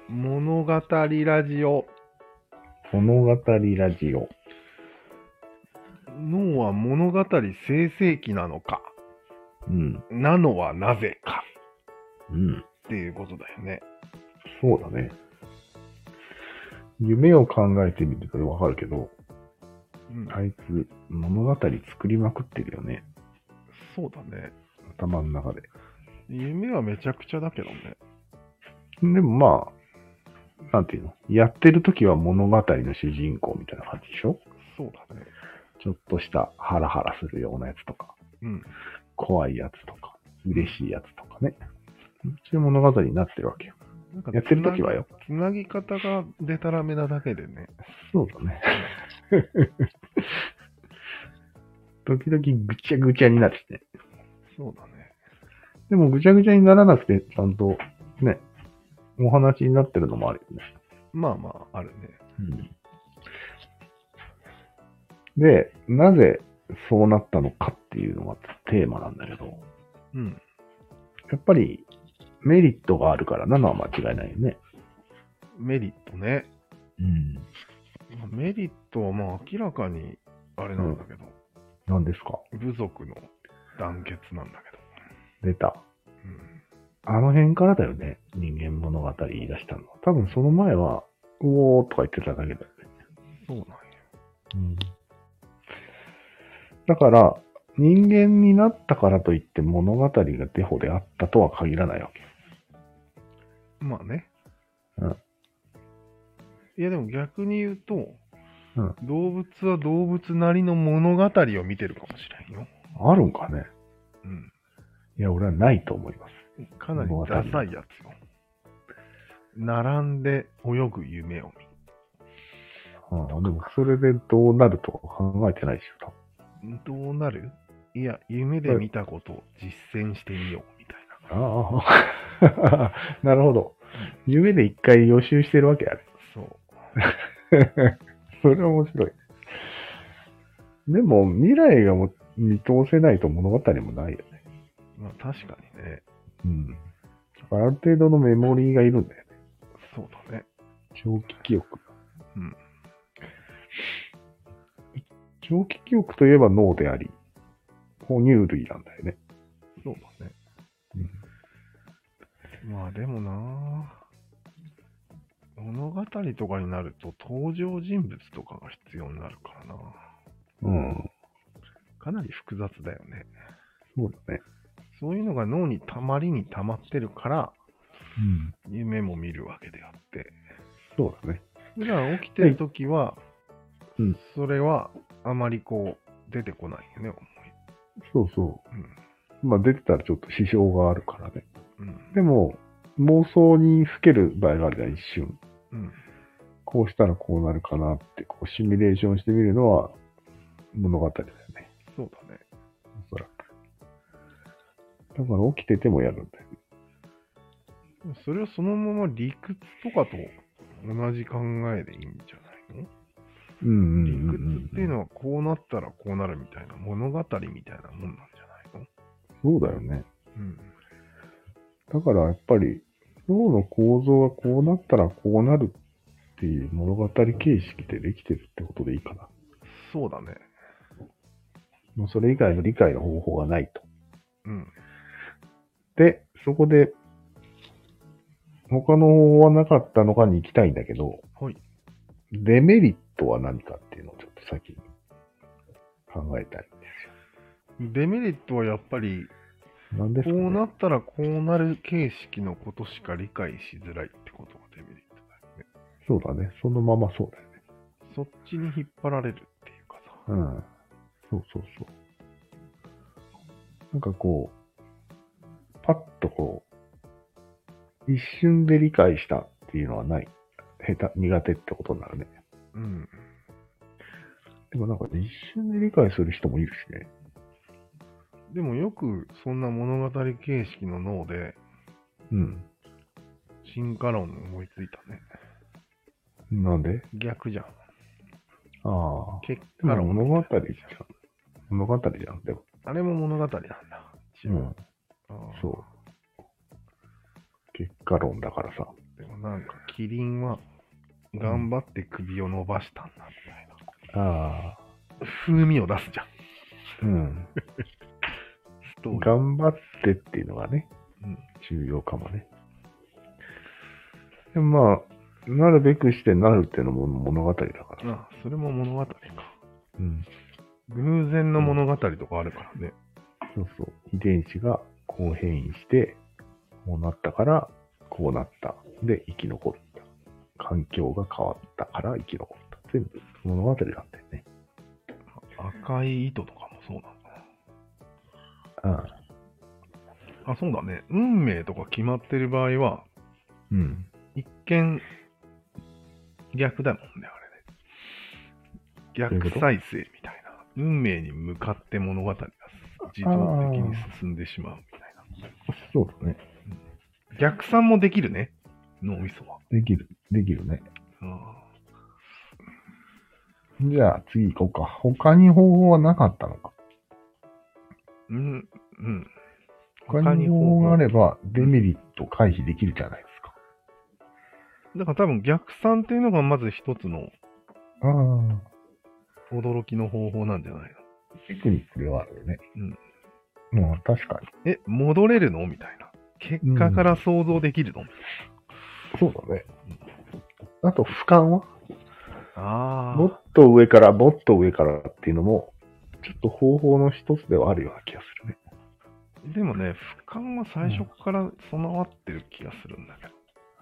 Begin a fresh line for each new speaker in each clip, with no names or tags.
語ラジオ。
物語ラジオ。
脳は物語生成器なのか。
うん。
なのはなぜか。
うん。
っていうことだよね。
そうだね。夢を考えてみるとわかるけど、
うん
あいつ物語作りまくってるよね。
そうだね。
頭の中で。
夢はめちゃくちゃだけどね。
でもまあ、なんていうのやってる時は物語の主人公みたいな感じでしょ
そうだね。
ちょっとしたハラハラするようなやつとか、
うん。
怖いやつとか、嬉しいやつとかね。そういう物語になってるわけよ。
なんか
やってる時はよ。
つなぎ方がでたらめなだけでね。
そうだね。 時々ぐちゃぐちゃになるしね。
そうだね。
でもぐちゃぐちゃにならなくて、ちゃんとね、お話になってるのもあるよね。
まあまあ、あるね。
で、なぜそうなったのかっていうのがテーマなんだけど、
うん。
やっぱりメリットがあるからなのは間違いないよね。
メリットね。
うん。
まあメリットはまあ明らかにあれなんだけど、
何ですか
部族の団結なんだけど。
出た。
うん
あの辺からだよね。人間物語言い出したのは。多分その前は、うおーとか言ってただけだよね。
そうなんや。
だから、人間になったからといって物語がデフォであったとは限らないわけ。
まあね。
うん
いやでも逆に言うと、
うん
動物は動物なりの物語を見てるかもしれんよ。
あるんかね
うん。
いや、俺はないと思います。
かなりダサいやつよ。並んで泳ぐ夢を
ああでも、それでどうなるとか考えてないでしょ、
見。どうなるいや、夢で見たことを実践してみようみたいな。
多分ああ、 なるほど。夢で一回予習してるわけあれ。
そう。
それは面白い。でも、未来がも見通せないと物語もないよね。
まあ確かにね。
うん。ある程度のメモリーがいるんだよね。
そうだね。
長期記憶。
うん。
長期記憶といえば脳であり、哺乳類なんだよね。
そうだね。まあでもなぁ物語とかになると登場人物とかが必要になるからな
うん。
かなり複雑だよね。
そうだね。
そういうのが脳にたまりにたまってるから
うん。
夢も見るわけであって。
そうだね。
普段起きてる時は、
うん
それはあまりこう出てこないよね、思い。
そうそう。まあ出てたらちょっと支障があるからね。
うん。
でも、妄想にふける場合があるじゃん、一瞬。
うん。うん。
こうしたらこうなるかなって、こうシミュレーションしてみるのは物語だよね。
そうだね。
おそらく。だから起きててもやるんだよ。
それをそのまま理屈とかと同じ考えでいいんじゃないの
うんうん
理屈っていう
は。
のはこうなったらこうなるみたいな物語みたいなもんなんじゃないの
そうだよね。
うん。
だからやっぱり脳の構造がこうなったらこうなるっていう物語形式でできてるってことでいいかな。
そうだね。
もうそれ以外の理解の方法がないと。
うん。
で、そこで、他の方法はなかったのかに行きたいんだけど、
はい。
デメリットは何かっていうのをちょっと先に考えたいんで
デメリットはやっぱり、
すよ。なんです
こ
か、ね、
うなったらこうなる形式のことしか理解しづらいってことがデメリットだよね。
そうだね。そのままそうだよね。
そっちに引っ張られるっていうかさ。
うん。そうそうそう。なんかこう、パッとこう、一瞬で理解したっていうのはない。下手、苦手ってことになるね。
うん。
でもなんか一瞬で理解する人もいるしね。
でもよくそんな物語形式の脳で
うん。
進化論思いついたね。
なんで
逆じゃん。
ああ。
結
で
果
も
論。
物語じゃん。物語じゃん。でも、
あれも物語なんだ。
うん、
あー
そう。結果論だからさ。
でもなんか、キリンは、頑張って首を伸ばしたんだ、みたいな。
ああ。
風味を出すじゃん。
うん。
ストーリー。
頑張ってっていうのがね、
うん
重要かもね。でまあ、なるべくしてなるっていうのも物語だから。
あ、それも物語か。
うん。
偶然の物語とかあるからね。
そうそう。遺伝子がこう変異して、こうなったから、こうなった。で、生き残った。環境が変わったから生き残った。全部物語なんだよね。
赤い糸とかもそうなのか
あ
な。あ、そうだね。運命とか決まってる場合は、
うん。
一見、逆だもんね、あれ
どう
ね。
いうこと
逆再生みたいな。運命に向かって物語が自動的に進んでしまうみたいな。
そうだね。
逆算もできるね、脳みそは。
できる。できるね。
あ
じゃあ次行こうか。他に方法はなかったのか。
ーうん、うん。
他に方法があれ
ば。
ば、デメリットを回避できるじゃないですか。
だから多分逆算っていうのがまず一つの
ああ。
驚きの方法なんじゃない
テクニックではあるよね。うん。まあ確かに。
のえ、戻れるのみたいな。結果から想像できるの、
そうだね。あと、俯瞰は
あ
もっと上から、もっと上からっていうのも、ちょっと方法の一つではあるような気がするね。
でもね、俯瞰は最初から備わってる気がするんだけど。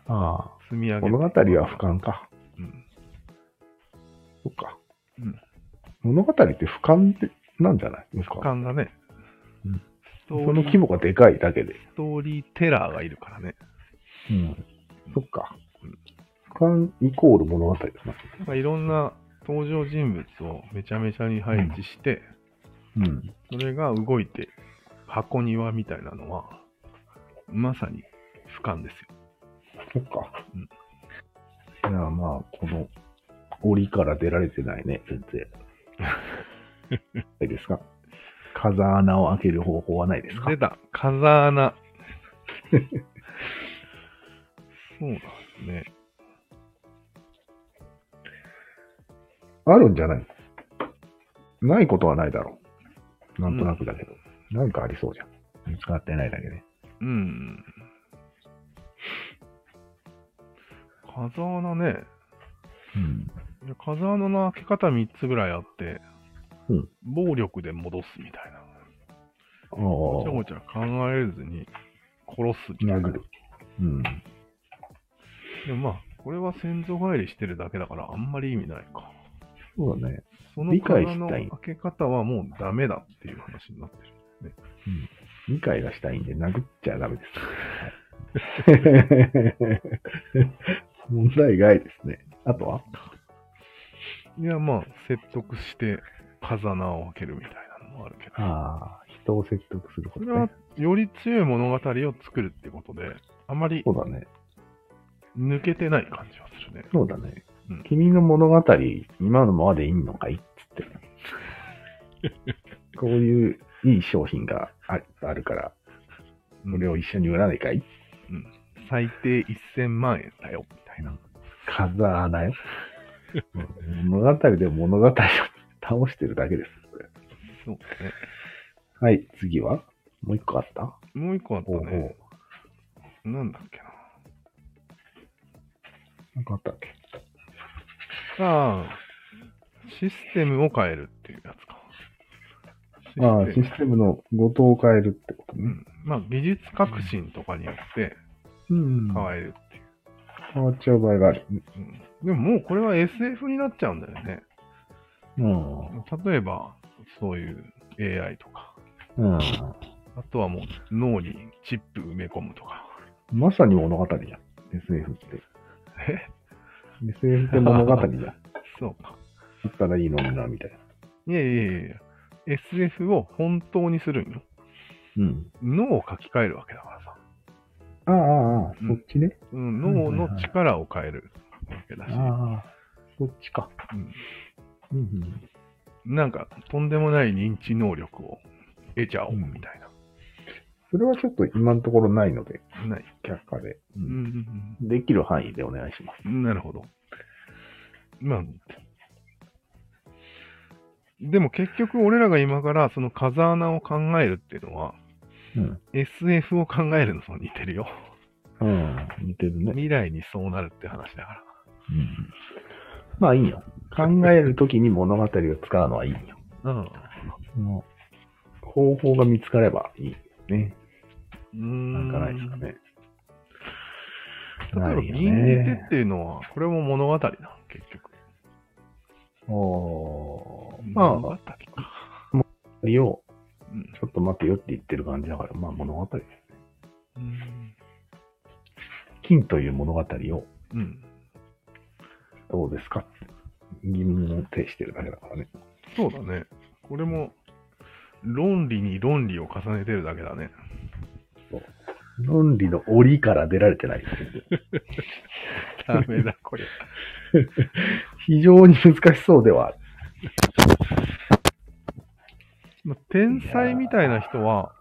あ
積み上
あ
げて
物語は俯瞰か。
うん。
そっか。
うん
物語って俯瞰でなんじゃないですか
俯瞰がね、
うん
スト
そ
ーリー
の規模がでかいだけで。
ストーリーテラーがいるからね。
うん。そっか。俯瞰イコール物語ですね。
なんかいろんな登場人物をめちゃめちゃに配置して、
うん。
それが動いて箱庭みたいなのは、まさに俯瞰ですよ。
そっか。
うん
じゃあまあ、この、檻から出られてないね、全 然。いいですか風穴を開ける方法はないですか
出た、風穴。 そうなんですね。
あるんじゃないのないことはないだろう。なんとなくだけど。なんかありそうじゃん。見つかってないだけで。
うん。風穴ね。
うん。
いや風穴の開け方3つぐらいあって、
うん
暴力で戻すみたいな。
あ
ごちゃ
あ、
ごちゃ考えずに殺すみたいな。
殴る。うん。
でもまあ、これは先祖返りしてるだけだからあんまり意味ないか。
そうだね。
その
理解
穴
し
の
たい
開け方はもうダメだっていう話になってる。
理解がしたいんで殴っちゃダメです。 問題外ですね。あとはい
やまあ、説得して風穴を開けるみたいなのもあるけど。
ああ、人を説得するこ
ことれは
ね。
より強い物語を作るってことで、あまり
そうだね。
抜けてない感じはするね。
そうだね。
うん
君の物語、今のままでいいのかいっつって。 こういういい商品がああるから、
無
これを一緒に売らないかい
最低1000万円だよ、みたいな。
風穴 よ。うん物語で物語を倒してるだけです。これ
そうね。
はい、次はもう一個あった
もう一個あった
方法。
ね。なんだっけな。
なんかあったっけ
さあ、システムを変えるっていうやつか。シ
あ
ス
あ、
テ
シ
ム
ステムのごとを変えるってこと
う
ね。
ん、まあ、技術革新とかによって
うん
変
変わ
えるっていう。
っちゃう場合がある。
うんでももうこれは SF になっちゃうんだよね。
うん。
例えば、そういう AI とか、
うん。
あとはもう脳にチップ埋め込むとか。
まさに物語じゃん。SF って。
え
SF って物語じゃん。 言
そうか。
ったらいいのにな、みたいな。
いやいやいやいや SF を本当にするんよ。
うん。
脳を書き換えるわけだからさ。
ああ、ああ、
うん
そっちね。
うん、
はいはい
脳
はい
の力を変えるわけだし、
ああ、そっちか。うんうん。
うん、なんかとんでもない認知能力を得ちゃおう
うん
みたいな。
それはちょっと今のところないので、
ない。
却下で。う
うんん
できる範囲でお願いします。
うん。なるほど。まあ、でも結局俺らが今からその風穴を考えるっていうのは、
うん。
SF を考えるのと似てるよ。
うん。似てるね。
未来にそうなるって話だか
うん。まあいいよ。考えるときに物語を使うのはいいよ。
ら。うん。
その方法が見つかればいいね。
うーん
なんかないですかね。
例えば、
ないよ
銀手っ
ね。
ていうのは、これも物語な、結局。
おー
物
ま
語
あ、
か。
りを
うん
ちょっと待ってよって言ってる感じだから、まあ物語。
うん。
金という物語を
うん。
どうですかって疑問を呈してるだけだからね。
そうだね。これも、論理に論理を重ねてるだけだね。
論理の檻から出られてない。
ダメ だ、これ。
非常に難しそうではある。
まあ天才みたいな人は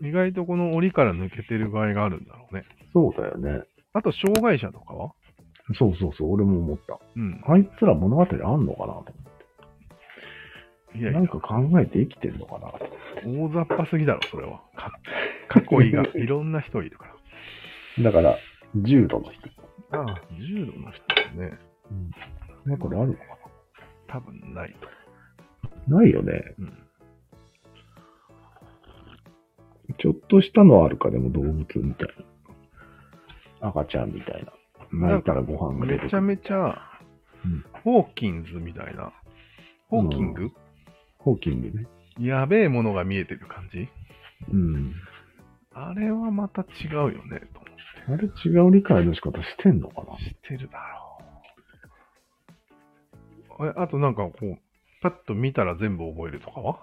いや、
意外とこの檻から抜けてる場合があるんだろうね。
そうだよね。
あと、障害者とかは
そうそうそう、俺も思った。
うん。
あいつら物語あんのかなと思って。
いやい
な
や
ん、か考えて生きてんのかなと。
大雑把すぎだろ、それは。か過去 以外、いろんな人いるから。
だから、重度の人。
ああ、重度の人はね、
ね、これあるのか
多分ないと。
なないよね。
うん。
ちょっとしたのはあるか、でも動物みたいな。赤ちゃんみたいな。泣いたらご飯が出て
め
く
ちゃ
る。
めちゃ
うん、
ホーキンズみたいな、ホーキング、
ホーキングね。
やべえものが見えてる感じ
うん。
あれはまた違うよね、と思
あれ違う理解の仕方してんのかな
って。してるだろう。あれあとなんかこう、パッと見たら全部覚えるとかは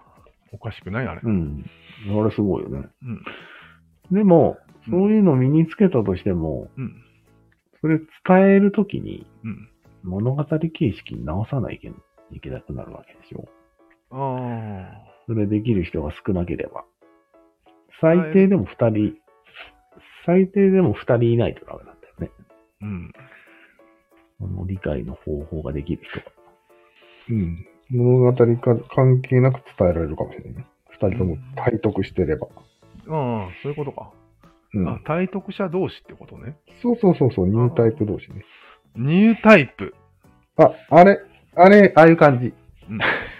おかしくないあれ。
うん。あれすごいよね。
うん。
でも、
うん
そういうの身につけたとしても、
うん。
それ伝えるときに
うん。
物語形式に直さないといけなくなるわけでしょ。
ああ。
それできる人が少なければ。最低でも二人、最低でも二人いないとダメなんだよね。
うん。
この理解の方法ができる人が。うん。物語か関係なく伝えられるかもしれない。二人とも体得してれば。
ああ、そういうことか。
うん。
あ、体得者同士ってことね。
そうそうそうそう、ニュータイプ同士ね。
ニュータイ プ。
あ、あれ、あれ、ああいう感じ。
うん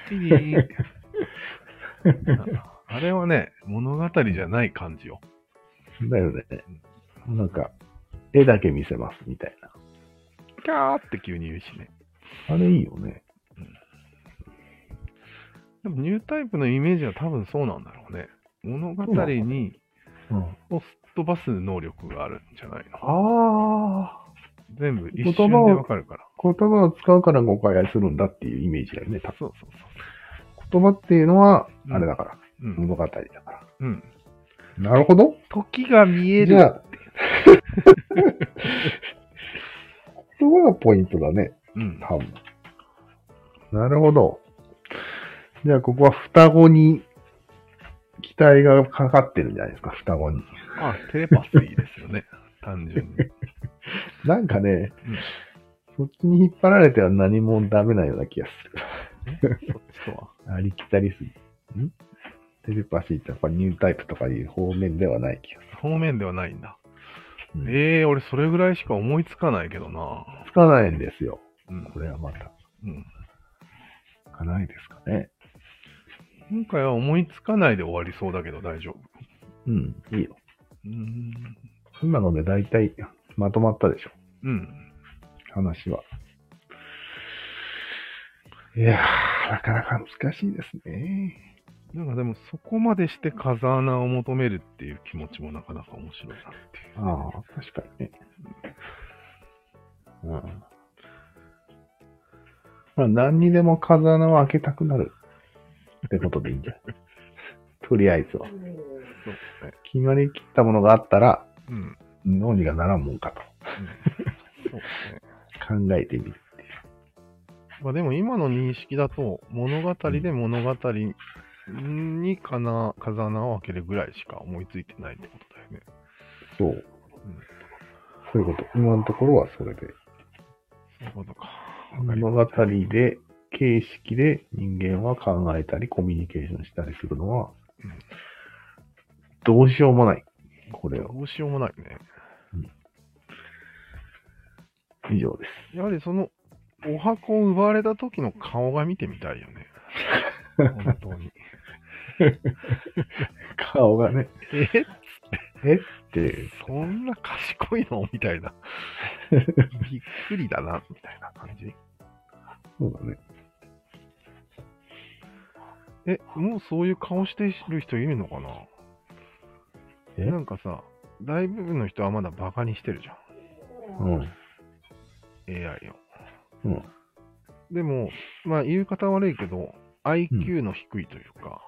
ピリーああれはね、物語じゃない感じよ。
だよね。なんか、絵だけ見せますみたいな。
キャーって急に言うしね。
あれいいよね。
でもニュータイプのイメージは多分そうなんだろうね。物語に
うん。
をすっ飛ばす能力があるんじゃないの
ああ、
全部一瞬でわかるから。
言葉を使うから誤解するんだっていうイメージだよね。多分
そうそう
言葉っていうのは、
うん
あれだから、
そう。うん。
物語だから。
うん、
なるほど。
時が見え
じ
る。
ゃあ、 言葉がポイントだね、
うん。
多分。なるほど。じゃあ、ここは双子に、期待がかかってるんじゃないですか、双子に。
あ、テレパスいいです よね。単純に。
なんかね、そっちに引っ張られては何もダメなような気がする。
そっちとは。
ありきたりすぎ。んテレパシーってやっぱニュータイプとかいう方面ではない気が
方面ではないんだ。
する。
ええ俺それぐらいしか思いつかないけどな。
つかないんですよ。
うん
こ。れはまた。
うん
つかないですかね。
今回は思いつかないで終わりそうだけど大丈夫。
うん、いいよ。
うーん。
今ので大体まとまったでしょ。
うん。
話は。いやー、なかなか難しいですね。
なんかでもそこまでして風穴を求めるっていう気持ちもなかなか面白いなっていう。
ああ、確かにね。うん。まあ、何にでも風穴を開けたくなるってことでいいんじゃない とりあえずは。
そうね。
決まりきったものがあったら、
うん。
脳にがならんもんかと
そうね。
考えてみる。
まあでも今の認識だと物語で物語にかな風穴を開けるぐらいしか思いついてないってことだよね。
そう。そういうこと。今のところはそれで。
そういうことか。わかり
物語で、形式で人間は考えたり、コミュニケーションしたりするのは
うん、
どうしようもない。これを。
どうしようもないね。
以上です。
やはりその、お箱を奪われた時の顔が見てみたいよね。本当に。
顔がね、
え
っていう。
そんな賢いのみたいな。びっくりだな、みたいな感じ。
そうだね。
え、もうそういう顔してる人いるのかな
え
なんかさ、大部分の人はまだバカにしてるじゃん。
うん。
AI を。
うん。
でも、まあ言い方悪いけど、IQ の低いというか、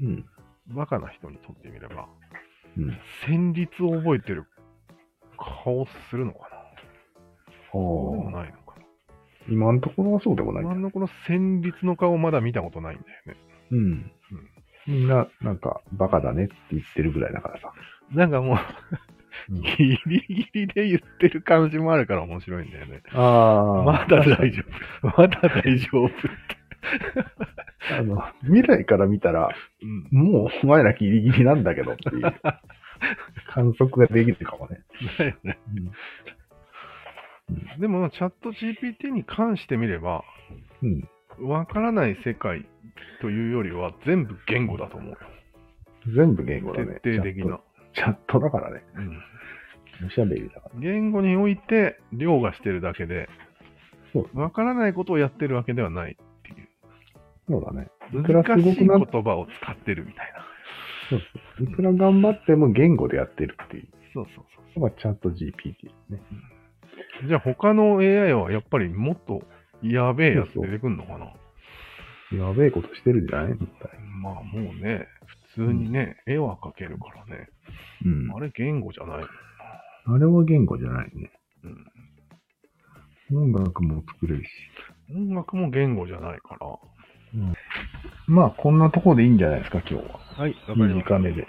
うん。
バカな人にとってみれば、
うん。
戦慄を覚えてる顔するのかなそうでも
ああ。
ないのか
今のところはそうでもな
な。
い
今。のこの戦慄の顔まだ見たことないんだよね。
うん。みんな、なんか、バカだねって言ってるぐらいだからさ。
なんかもう、
うん
ギリギリで言ってる感じもあるから面白いんだよね。
ああ。
まだ大丈夫。まだ大丈夫。
あの、未来から見たら、
うん。
もうお前らギリギリなんだけどっていう観測ができるかもね。
だよね。でも、チャット GPT に関してみれば、
うん。
わからない世界というよりは全部言語だと思うよ。
全部言語だね。
徹底的な。
チャット。チャットだからね。
うん
おしゃべりだから。
言語において、凌駕してるだけで
そう、
わからないことをやってるわけではないっていう。
そうだね。いくらす
難
ご
し
く
い
な
言
っ
葉を使ってるみたいな。
いくら頑張っても言語でやってるっていう
そうそうそう
のがチャット GPT ね。
そう。じゃあ他の AI はやっぱりもっとやべえやつ出てくんのかな
やべえことしてるんじゃない絶対。
まあもうね、普通にね、絵は描けるからね。
うん。
あれ言語じゃない。
あれは言語じゃないね。
うん
音楽も作れるし。
音楽も言語じゃないから。
まあ、こんなところでいいんじゃないですか、今日は。
はい、わ
短めで。